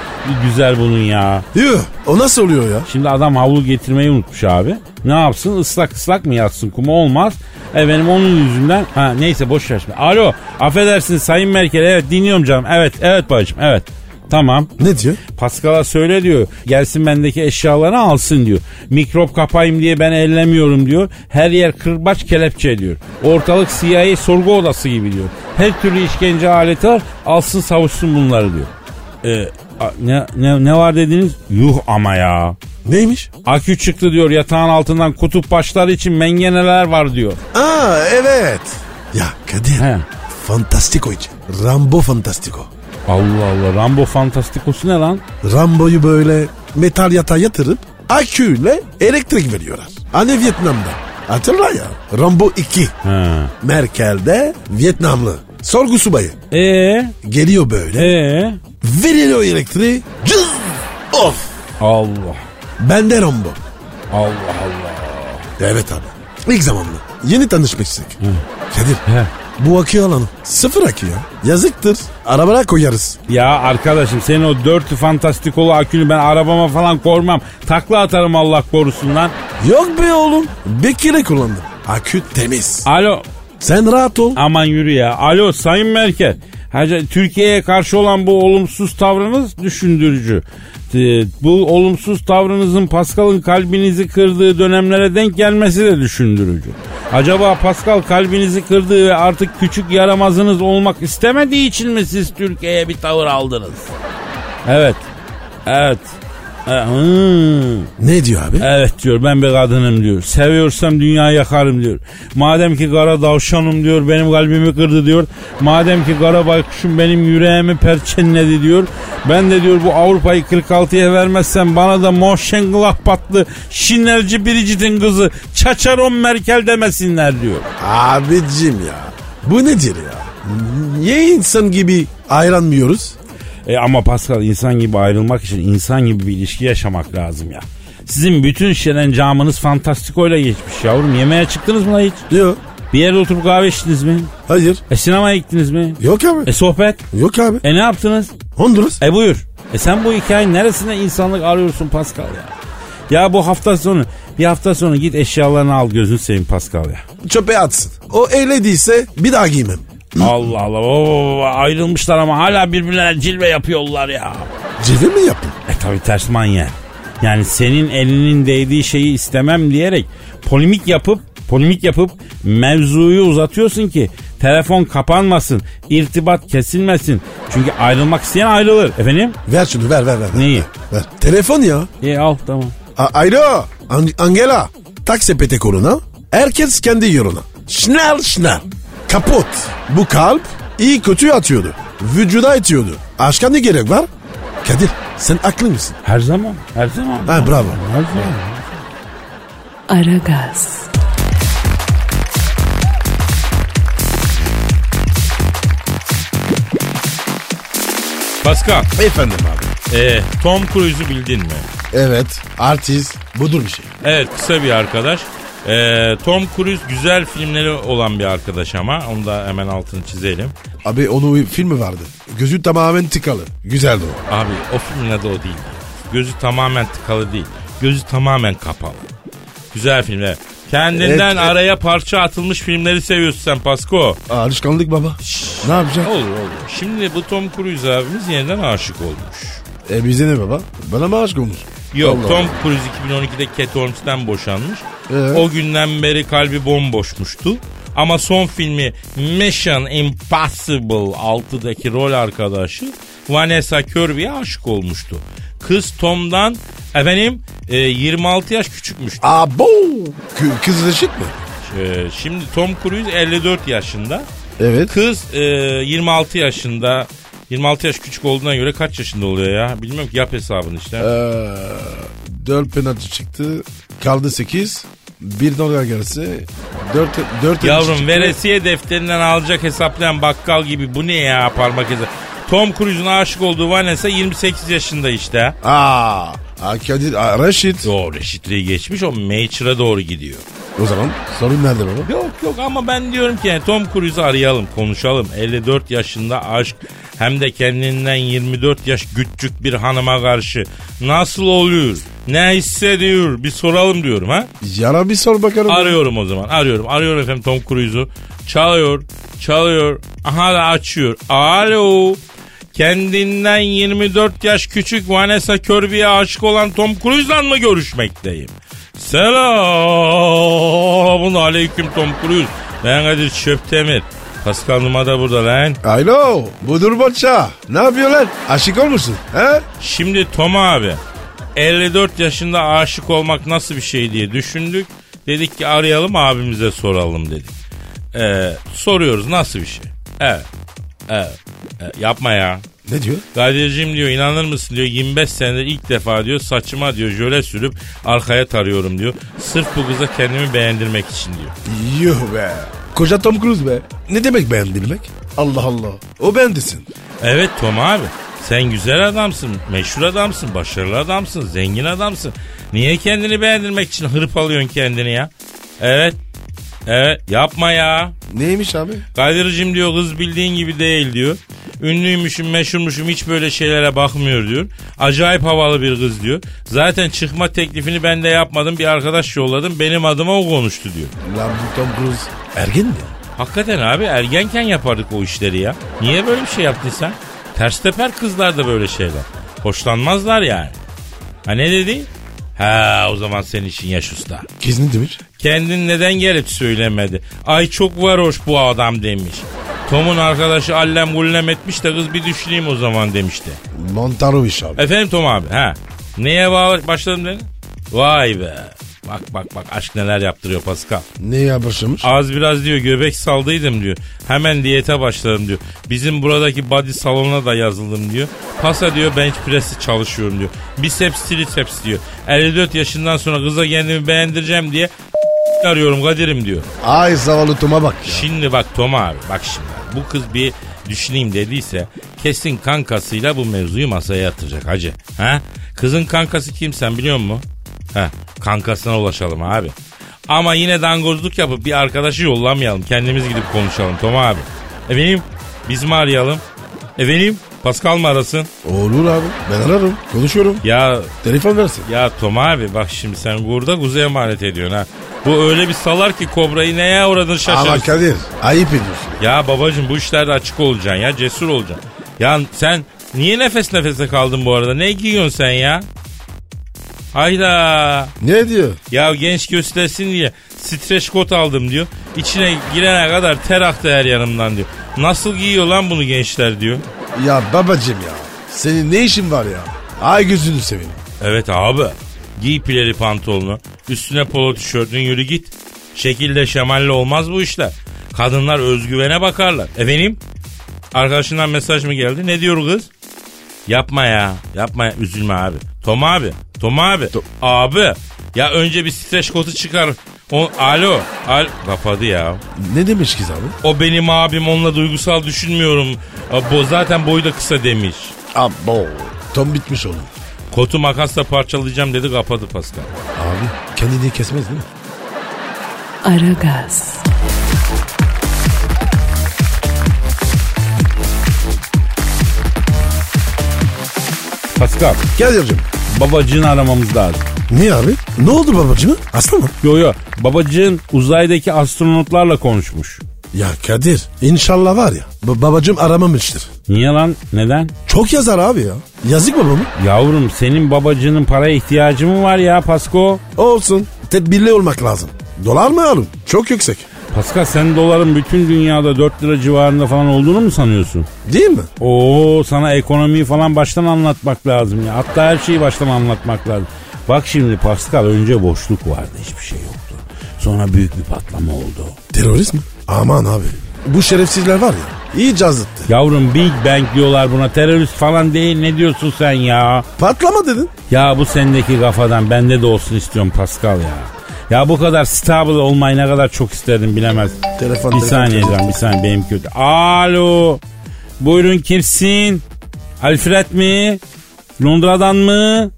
[SPEAKER 2] güzel bunun ya.
[SPEAKER 3] Yuh. O nasıl oluyor ya?
[SPEAKER 2] Şimdi adam havlu getirmeyi unutmuş abi. Ne yapsın ıslak ıslak mı yatsın kuma olmaz. Efendim onun yüzünden ha neyse boş ver şimdi. Alo affedersiniz Sayın Merkel evet dinliyorum canım. Evet evet bacım evet. Tamam.
[SPEAKER 3] Ne diyor?
[SPEAKER 2] Pascal'a söyle diyor. Gelsin bendeki eşyalarını alsın diyor. Mikrop kapayım diye ben ellemiyorum diyor. Her yer kırbaç kelepçe diyor. Ortalık CIA sorgu odası gibi diyor. Her türlü işkence aleti var. Alsın savuşsun bunları diyor. Ee, a- ne, ne, ne var dediniz? Yuh ama ya.
[SPEAKER 3] Neymiş?
[SPEAKER 2] Akü çıktı diyor yatağın altından kutup başları için mengeneler var diyor.
[SPEAKER 3] Aa evet. Ya Kadir.
[SPEAKER 2] He.
[SPEAKER 3] Fantastiko için. Rambo Fantastiko.
[SPEAKER 2] Allah Allah Rambo Fantastikosu ne lan?
[SPEAKER 3] Rambo'yu böyle metal yatağa yatırıp aküyle elektrik veriyorlar. Hani Vietnam'da. Hatırla ya. Rambo 2.
[SPEAKER 2] He.
[SPEAKER 3] Merkel'de Vietnamlı. Sorgu subayı.
[SPEAKER 2] Ee,
[SPEAKER 3] Geliyor böyle.
[SPEAKER 2] ee.
[SPEAKER 3] Veriyor elektriği. Cız! Of.
[SPEAKER 2] Allah
[SPEAKER 3] Ben de Rambo.
[SPEAKER 2] Allah Allah.
[SPEAKER 3] Evet abi. İlk zamanlı. Yeni tanışmıştık. Kadir.
[SPEAKER 2] He.
[SPEAKER 3] Bu akü alanı. Sıfır akü ya. Yazıktır. Arabaya koyarız.
[SPEAKER 2] Ya arkadaşım senin o dörtlü fantastikolu akülü ben arabama falan kormam. Takla atarım Allah korusun lan.
[SPEAKER 3] Yok be oğlum. Bir kere kullandım. Akü temiz.
[SPEAKER 2] Alo
[SPEAKER 3] Sen rahat ol.
[SPEAKER 2] aman yürü ya. Alo Sayın Merkel. Hacı, Türkiye'ye karşı olan bu olumsuz tavrınız düşündürücü. Ee, Bu olumsuz tavrınızın Pascal'ın kalbinizi kırdığı dönemlere denk gelmesi de düşündürücü. Acaba Pascal kalbinizi kırdığı ve artık küçük yaramazınız olmak istemediği için mi siz Türkiye'ye bir tavır aldınız? Evet. Evet. E, hı.
[SPEAKER 3] Ne diyor abi?
[SPEAKER 2] Evet diyor ben bir kadınım diyor. Seviyorsam dünyayı yakarım diyor. Madem ki kara davşanım diyor benim kalbimi kırdı diyor. Madem ki kara baykuşum benim yüreğimi perçinledi diyor. Ben de diyor bu Avrupa'yı 46'ya vermezsen bana da Mönchengladbach'lı Şinlerci Biricik'in kızı Çaçaron Merkel demesinler diyor.
[SPEAKER 3] Abicim ya. Bu nedir ya? Niye insan gibi ayranmıyoruz?
[SPEAKER 2] E ama Pascal insan gibi ayrılmak için insan gibi bir ilişki yaşamak lazım ya. Sizin bütün şeren camınız fantastikoyla geçmiş yavrum. Yemeğe çıktınız mı lan hiç?
[SPEAKER 3] Yok.
[SPEAKER 2] Bir yerde oturup kahve içtiniz mi?
[SPEAKER 3] Hayır.
[SPEAKER 2] E sinemaya gittiniz mi?
[SPEAKER 3] Yok abi.
[SPEAKER 2] E sohbet?
[SPEAKER 3] Yok abi.
[SPEAKER 2] E ne yaptınız?
[SPEAKER 3] Honduras.
[SPEAKER 2] E buyur. E sen bu hikayenin neresinde insanlık arıyorsun Pascal ya? Ya bu hafta sonu bir hafta sonu git eşyalarını al gözünü seveyim Pascal ya.
[SPEAKER 3] Çöpe atsın. O eylediyse bir daha giymem.
[SPEAKER 2] Allah Allah oo, ayrılmışlar ama hala birbirlerine cilve yapıyorlar ya.
[SPEAKER 3] Cilve mi yapın?
[SPEAKER 2] E tabi ters manyak. Yani senin elinin değdiği şeyi istemem diyerek polemik yapıp polemik yapıp mevzuyu uzatıyorsun ki
[SPEAKER 10] Telefon kapanmasın. irtibat kesilmesin. Çünkü ayrılmak isteyen ayrılır. Efendim?
[SPEAKER 11] Ver şunu ver ver ver. ver.
[SPEAKER 10] Neyi?
[SPEAKER 11] Ver. Telefon ya.
[SPEAKER 10] E al tamam.
[SPEAKER 11] A- Alo. An- Angela. Tak sepete koluna. Herkes kendi yoruna. Şnel şnel. Kaput. Bu kalp iyi kötü atıyordu. Vücuda itiyordu. Aşka ne gerek var? Kadir sen aklı mısın?
[SPEAKER 10] Her zaman. Her zaman.
[SPEAKER 11] Ha bravo.
[SPEAKER 10] Her zaman.
[SPEAKER 1] Aragaz,
[SPEAKER 2] Pascal,
[SPEAKER 3] Efendim abi.
[SPEAKER 2] e, Tom Cruise'u bildin mi?
[SPEAKER 3] Evet. Artist. Budur bir şey.
[SPEAKER 2] Evet kısa bir arkadaş. E, Tom Cruise güzel filmleri olan bir arkadaş ama onu da hemen altını çizelim.
[SPEAKER 3] Abi onun bir filmi vardı. Gözü tamamen tıkalı. Güzeldi o.
[SPEAKER 2] Abi o filmin adı o değil. Gözü tamamen tıkalı değil. Gözü tamamen kapalı. Güzel filmler. Kendinden
[SPEAKER 3] Evet, evet.
[SPEAKER 2] araya parça atılmış filmleri seviyorsun sen Pasko.
[SPEAKER 3] Alışkanlık baba. Ne yapacağız?
[SPEAKER 2] Olur olur. Şimdi bu Tom Cruise abimiz yeniden aşık olmuş.
[SPEAKER 3] E bize ne baba? Bana mı aşık olmuş?
[SPEAKER 2] Yok
[SPEAKER 3] Allah
[SPEAKER 2] Tom Cruise 2012'de Cat Holmes'ten boşanmış.
[SPEAKER 3] Ee?
[SPEAKER 2] O günden beri kalbi bomboşmuştu. Ama son filmi Mission Impossible 6'daki rol arkadaşı Vanessa Kirby'ye aşık olmuştu. Kız Tom'dan efendim e, 26 yaş küçükmüş.
[SPEAKER 3] Abo! Kı- kız eşit mi?
[SPEAKER 2] E, şimdi Tom Cruise 54 yaşında.
[SPEAKER 3] Evet.
[SPEAKER 2] Kız e, 26 yaşında. 26 yaş küçük olduğuna göre kaç yaşında oluyor ya? Bilmiyorum ki yap hesabını işte.
[SPEAKER 3] Ee, 4 penaltı çıktı. Kaldı 8. Bir dalga gerisi. 4 4
[SPEAKER 2] Yavrum veresiye defterinden alacak hesaplayan bakkal gibi bu ne ya parmak izi. Tom Cruise'un aşık olduğu Vanessa 28 yaşında işte.
[SPEAKER 3] Aa, aa, Kadir aa, Reşit.
[SPEAKER 2] Doğru reşitliği geçmiş o Matur'a doğru gidiyor.
[SPEAKER 3] O zaman sorun nerede baba?
[SPEAKER 2] Yok yok ama ben diyorum ki yani Tom Cruise'u arayalım konuşalım. 54 yaşında aşk hem de kendinden 24 yaş küçük bir hanıma karşı nasıl oluyor? Ne hissediyor? Bir soralım diyorum ha.
[SPEAKER 3] Yara bir sor bakalım.
[SPEAKER 2] Arıyorum o zaman. Arıyorum. Arıyorum efendim Tom Cruise'u. Çalıyor. Çalıyor. Aha da açıyor. Alo. Kendinden 24 yaş küçük Vanessa Kirby'ye aşık olan Tom Cruise'la mı görüşmekteyim? Selamun aleyküm Tom Cruise. Ben Kadir Çöptemir. Pascal Numa da burada lan.
[SPEAKER 3] Alo, budur boça. Ne yapıyor lan? Aşık olmuşsun, he?
[SPEAKER 2] Şimdi Tom abi 54 yaşında aşık olmak nasıl bir şey diye düşündük. Dedik ki arayalım abimize soralım dedik. Ee, soruyoruz nasıl bir şey? Evet. Evet. evet. Yapma ya.
[SPEAKER 3] Ne diyor?
[SPEAKER 2] Kadir'cim diyor inanır mısın diyor 25 senedir ilk defa diyor saçıma diyor jöle sürüp arkaya tarıyorum diyor. Sırf bu kıza kendimi beğendirmek için diyor.
[SPEAKER 3] Yuh be. Koca Tom Cruise be. Ne demek beğendirmek? Allah Allah. O bendisin.
[SPEAKER 2] Evet Tom abi. Sen güzel adamsın, meşhur adamsın, başarılı adamsın, zengin adamsın. Niye kendini beğendirmek için hırpalıyorsun kendini ya? Evet. Evet yapma ya.
[SPEAKER 3] Neymiş abi?
[SPEAKER 2] Kadir'cim diyor kız bildiğin gibi değil diyor. Ünlüymüşüm, meşhurmuşum hiç böyle şeylere bakmıyor diyor. Acayip havalı bir kız diyor. Zaten çıkma teklifini ben de yapmadım bir arkadaş yolladım benim adıma o konuştu diyor.
[SPEAKER 3] Lan bu Tom Cruise ergen mi?
[SPEAKER 2] Hakikaten abi ergenken yapardık o işleri ya. Niye böyle bir şey yaptın sen? Ters teper kızlar da böyle şeyler. Hoşlanmazlar yani. Ha ne dedi? Ha o zaman senin işin yaş usta.
[SPEAKER 3] Kız ne demiş?
[SPEAKER 2] Kendin neden gelip söylemedi? Ay çok varoş bu adam demiş. Tom'un arkadaşı allem gullem etmiş de kız bir düşüneyim o zaman demişti.
[SPEAKER 3] Montaroviç abi.
[SPEAKER 2] Efendim Tom abi ha. Neye bağlı başladım dedin? Vay be. Bak bak bak aşk neler yaptırıyor Pascal.
[SPEAKER 3] Neye başlamış?
[SPEAKER 2] Az biraz diyor göbek saldıydım diyor. Hemen diyete başladım diyor. Bizim buradaki body salonuna da yazıldım diyor. Pasa diyor bench press'i çalışıyorum diyor. Biceps triceps diyor. 54 yaşından sonra kıza kendimi beğendireceğim diye [laughs] arıyorum Kadir'im diyor.
[SPEAKER 3] Ay zavallı Tom'a bak ya.
[SPEAKER 2] Şimdi bak Tom abi bak şimdi. Bu kız bir düşüneyim dediyse kesin kankasıyla bu mevzuyu masaya yatıracak hacı. Ha? Kızın kankası kim sen biliyor musun? Ha, kankasına ulaşalım abi. Ama yine dangozluk yapıp bir arkadaşı yollamayalım. Kendimiz gidip konuşalım Tom abi. Efendim biz mi arayalım? Efendim Pascal mı arasın?
[SPEAKER 3] Olur abi. Ben ararım. Konuşuyorum.
[SPEAKER 2] Ya
[SPEAKER 3] Telefon versin.
[SPEAKER 2] ya Tom abi bak şimdi sen burada kuzuya emanet ediyorsun ha. Bu öyle bir salar ki kobrayı neye uğradın şaşırırsın.
[SPEAKER 3] Ama Kadir ayıp ediyorsun.
[SPEAKER 2] Ya babacım bu işlerde açık olacaksın ya cesur olacaksın. Ya sen niye nefes nefese kaldın bu arada? Ne giyiyorsun sen ya?
[SPEAKER 5] Hayda.
[SPEAKER 8] Ne diyor?
[SPEAKER 5] Ya genç göstersin diye streç kot aldım diyor. İçine girene kadar ter aktı her yanımdan diyor. Nasıl giyiyor lan bunu gençler diyor.
[SPEAKER 8] Ya babacım ya. Senin ne işin var ya? Ay gözünü seveyim.
[SPEAKER 5] Evet abi. Giy pileli pantolonu. Üstüne polo tişörtün yürü git. Şekilde şemalle olmaz bu işler. Kadınlar özgüvene bakarlar. Efendim? Arkadaşından mesaj mı geldi? Ne diyor kız? Yapma ya. Yapma ya. Üzülme abi. Tom abi. Tom abi. abi. Ya önce bir streç kotu çıkar. O, alo. Al kapadı ya.
[SPEAKER 8] Ne demiş kız abi?
[SPEAKER 5] O benim abim onunla duygusal düşünmüyorum. Abi, o zaten boyu da kısa demiş.
[SPEAKER 8] Abo. Tom bitmiş oğlum.
[SPEAKER 5] Kotu makasla parçalayacağım dedi kapadı Pascal.
[SPEAKER 8] Abi kendini kesmez değil mi?
[SPEAKER 1] Aragaz,
[SPEAKER 2] Pascal
[SPEAKER 8] Kadir'cim.
[SPEAKER 2] babacığını aramamız lazım.
[SPEAKER 3] Niye abi? Ne oldu babacığıma? Aslı mı?
[SPEAKER 2] Yo yo babacığın uzaydaki astronotlarla konuşmuş.
[SPEAKER 3] Ya Kadir inşallah var ya ba- babacığım aramamıştır.
[SPEAKER 2] Niye lan neden?
[SPEAKER 3] Çok yazar abi ya. Yazık babamı.
[SPEAKER 2] Yavrum senin babacığının paraya ihtiyacı mı var ya Pasko?
[SPEAKER 3] Olsun. Tedbirli olmak lazım. Dolar mı alım? Çok yüksek.
[SPEAKER 2] Pascal sen doların bütün dünyada 4 lira civarında falan olduğunu mu sanıyorsun?
[SPEAKER 3] Değil mi?
[SPEAKER 2] Oo sana ekonomiyi falan baştan anlatmak lazım ya. Hatta her şeyi baştan anlatmak lazım. Bak şimdi Pascal önce boşluk vardı hiçbir şey yoktu. Sonra büyük bir patlama oldu.
[SPEAKER 3] Terörist mi? Aman abi. Bu şerefsizler var ya. İyi cazıttı.
[SPEAKER 2] Yavrum Big Bang diyorlar buna terörist falan değil ne diyorsun sen ya?
[SPEAKER 3] Patlama dedin.
[SPEAKER 2] Ya bu sendeki kafadan bende de olsun istiyorum Pascal ya. Ya bu kadar stable olmayı ne kadar çok isterdim bilemez.
[SPEAKER 3] Telefon,
[SPEAKER 2] bir
[SPEAKER 3] telefon,
[SPEAKER 2] saniye
[SPEAKER 3] telefon.
[SPEAKER 2] canım bir saniye benim kötü. Alo. Buyurun kimsin? Alfred mi? Londra'dan mı?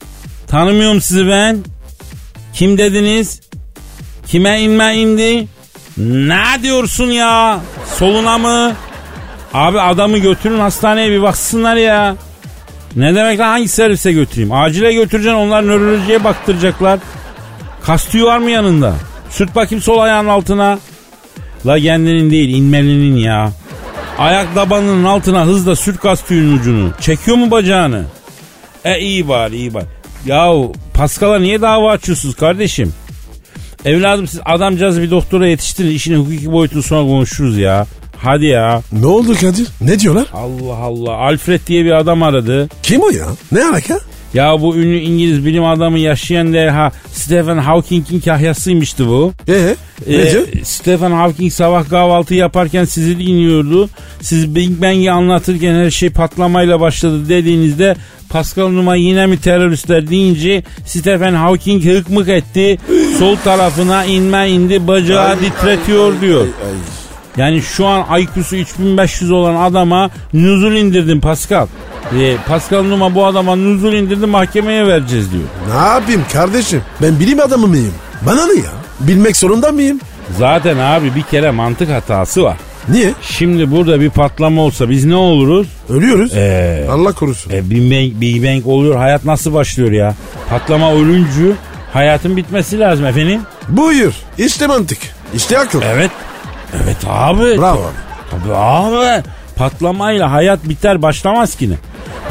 [SPEAKER 2] Tanımıyorum sizi ben. Kim dediniz? Kime inme indi? Ne diyorsun ya? Soluna mı? Abi adamı götürün hastaneye bir baksınlar ya. Ne demek lan hangi servise götüreyim? Acile götüreceksin onlar nörolojiye baktıracaklar. Kastüyü var mı yanında? Sürt bakayım sol ayağın altına. La kendinin değil inmelinin ya. Ayak tabanının altına hızla sürt kastüyün ucunu. Çekiyor mu bacağını? E iyi bari iyi bari. Yahu Paskal'a niye dava açıyorsunuz kardeşim? Evladım siz adamcağızı bir doktora yetiştirin. İşin hukuki boyutunu sonra konuşuruz ya. Hadi ya.
[SPEAKER 3] Ne oldu Kadir? Ne diyorlar?
[SPEAKER 2] Allah Allah. Alfred diye bir adam aradı.
[SPEAKER 3] Kim o ya? Ne alaka?
[SPEAKER 2] Ya bu ünlü İngiliz bilim adamı yaşayan deha Stephen Hawking'in kahyasıymıştı bu.
[SPEAKER 3] Ee, ne
[SPEAKER 2] Ee,
[SPEAKER 3] diyor?
[SPEAKER 2] Stephen Hawking sabah kahvaltı yaparken sizi dinliyordu. Siz Big Bang'i anlatırken her şey patlamayla başladı dediğinizde Pascal Numa yine mi teröristler deyince Stephen Hawking hıkmık etti. Sol tarafına inme indi bacağı titretiyor diyor. Yani şu an IQ'su 3500 olan adama nüzul indirdin Pascal. Ee, Pascal Numa bu adama nüzul indirdi mahkemeye vereceğiz diyor.
[SPEAKER 3] Ne yapayım kardeşim? Ben bilim adamı mıyım? Bana ne ya? Bilmek zorunda mıyım?
[SPEAKER 2] Zaten abi bir kere mantık hatası var.
[SPEAKER 3] Niye?
[SPEAKER 2] Şimdi burada bir patlama olsa biz ne oluruz?
[SPEAKER 3] Ölüyoruz.
[SPEAKER 2] Ee,
[SPEAKER 3] Allah korusun.
[SPEAKER 2] e, Big Bang, Big Bang oluyor hayat nasıl başlıyor ya? Patlama ölüncü hayatın bitmesi lazım efendim.
[SPEAKER 3] Buyur. İşte mantık. İşte akıl.
[SPEAKER 2] Evet. Evet abi.
[SPEAKER 3] Bravo abi.
[SPEAKER 2] Tabii abi. Patlamayla hayat biter başlamaz ki ne?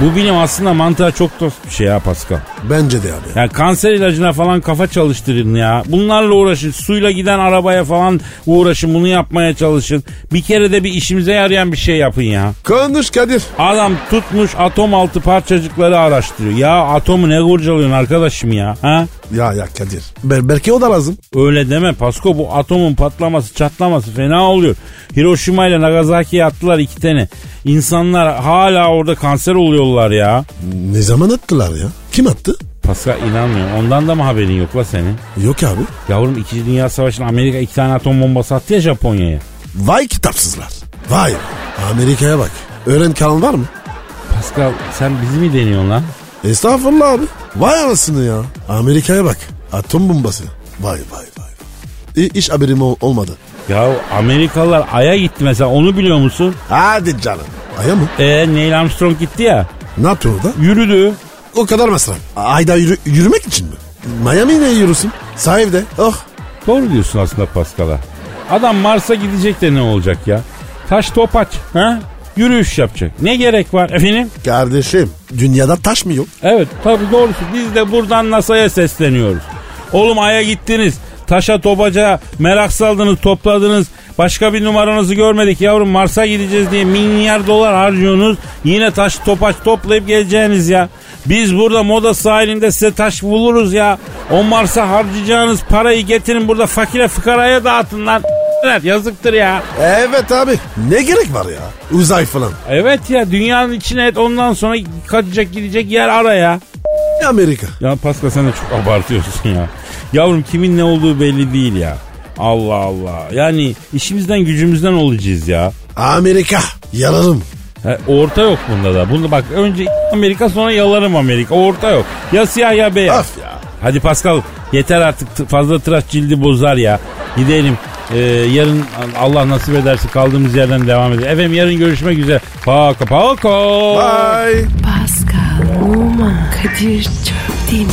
[SPEAKER 2] Bu bilim aslında mantığa çok dost bir şey ya Pascal.
[SPEAKER 3] Bence de abi.
[SPEAKER 2] Yani kanser ilacına falan kafa çalıştırın ya. Bunlarla uğraşın. Suyla giden arabaya falan uğraşın. Bunu yapmaya çalışın. Bir kere de bir işimize yarayan bir şey yapın ya.
[SPEAKER 3] Konuş Kadir.
[SPEAKER 2] Adam tutmuş atom altı parçacıkları araştırıyor. Ya atomu ne kurcalıyorsun arkadaşım ya? Ha?
[SPEAKER 3] Ya ya Kadir. Ber belki o da lazım.
[SPEAKER 2] Öyle deme Pasko bu atomun patlaması çatlaması fena oluyor. Hiroşima ile Nagasaki'ye attılar iki tane. İnsanlar hala orada kanser oluyorlar ya.
[SPEAKER 3] Ne zaman attılar ya? Kim attı?
[SPEAKER 2] Pascal inanmıyorum. Ondan da mı haberin yok la senin?
[SPEAKER 3] Yok abi.
[SPEAKER 2] Yavrum 2. Dünya Savaşı'nda Amerika iki tane atom bombası attı ya Japonya'ya.
[SPEAKER 3] Vay kitapsızlar. Vay. Amerika'ya bak. Öğren kalan var mı?
[SPEAKER 2] Pascal sen bizi mi deniyorsun lan?
[SPEAKER 3] Estağfurullah abi. Vay anasını ya. Amerika'ya bak. Atom bombası. Vay vay vay. İ- iş haberim ol- olmadı.
[SPEAKER 2] Ya Amerikalılar Ay'a gitti mesela onu biliyor musun?
[SPEAKER 3] Hadi canım. Aya mı?
[SPEAKER 2] Eee Neil Armstrong gitti ya.
[SPEAKER 3] Ne yapıyor orada?
[SPEAKER 2] Yürüdü.
[SPEAKER 3] O kadar masraf. Ayda yürü- yürümek için mi? Miami'ye ne yürüsün? Sahilde. Oh.
[SPEAKER 2] Doğru diyorsun aslında Paskal'a. Adam Mars'a gidecek de ne olacak ya? Taş topaç. Ha? Yürüyüş yapacak. Ne gerek var efendim?
[SPEAKER 3] Kardeşim dünyada taş mı yok?
[SPEAKER 2] Evet tabii doğrusu biz de buradan NASA'ya sesleniyoruz. Oğlum Ay'a gittiniz. Taşa topaca merak saldınız topladınız. Başka bir numaranızı görmedik yavrum Mars'a gideceğiz diye milyar dolar harcıyorsunuz. Yine taş topaç toplayıp geleceğiniz ya. Biz burada moda sahilinde size taş buluruz ya. O Mars'a harcayacağınız parayı getirin burada fakire fıkaraya dağıtın lan. Yazıktır ya.
[SPEAKER 3] Evet abi. Ne gerek var ya? Uzay falan.
[SPEAKER 2] Evet ya dünyanın içine et ondan sonra kaçacak gidecek yer ara ya.
[SPEAKER 3] Amerika.
[SPEAKER 2] Ya Pascal sen de çok abartıyorsun ya. Yavrum kimin ne olduğu belli değil ya. Allah Allah. Yani işimizden gücümüzden olacağız ya.
[SPEAKER 3] Amerika. Yararım.
[SPEAKER 2] Ha, orta yok bunda da. Bunda bak önce Amerika sonra yalarım Amerika. Orta yok. Ya siyah ya beyaz.
[SPEAKER 3] Af ya.
[SPEAKER 2] Hadi Pascal yeter artık T- fazla tıraş cildi bozar ya. Gidelim. Ee, yarın Allah nasip ederse kaldığımız yerden devam edelim. Efendim yarın görüşmek üzere. Paka paka.
[SPEAKER 3] Bye.
[SPEAKER 1] Pascal, Oman, Kadir çok değil mi?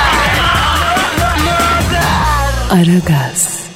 [SPEAKER 1] Aragaz.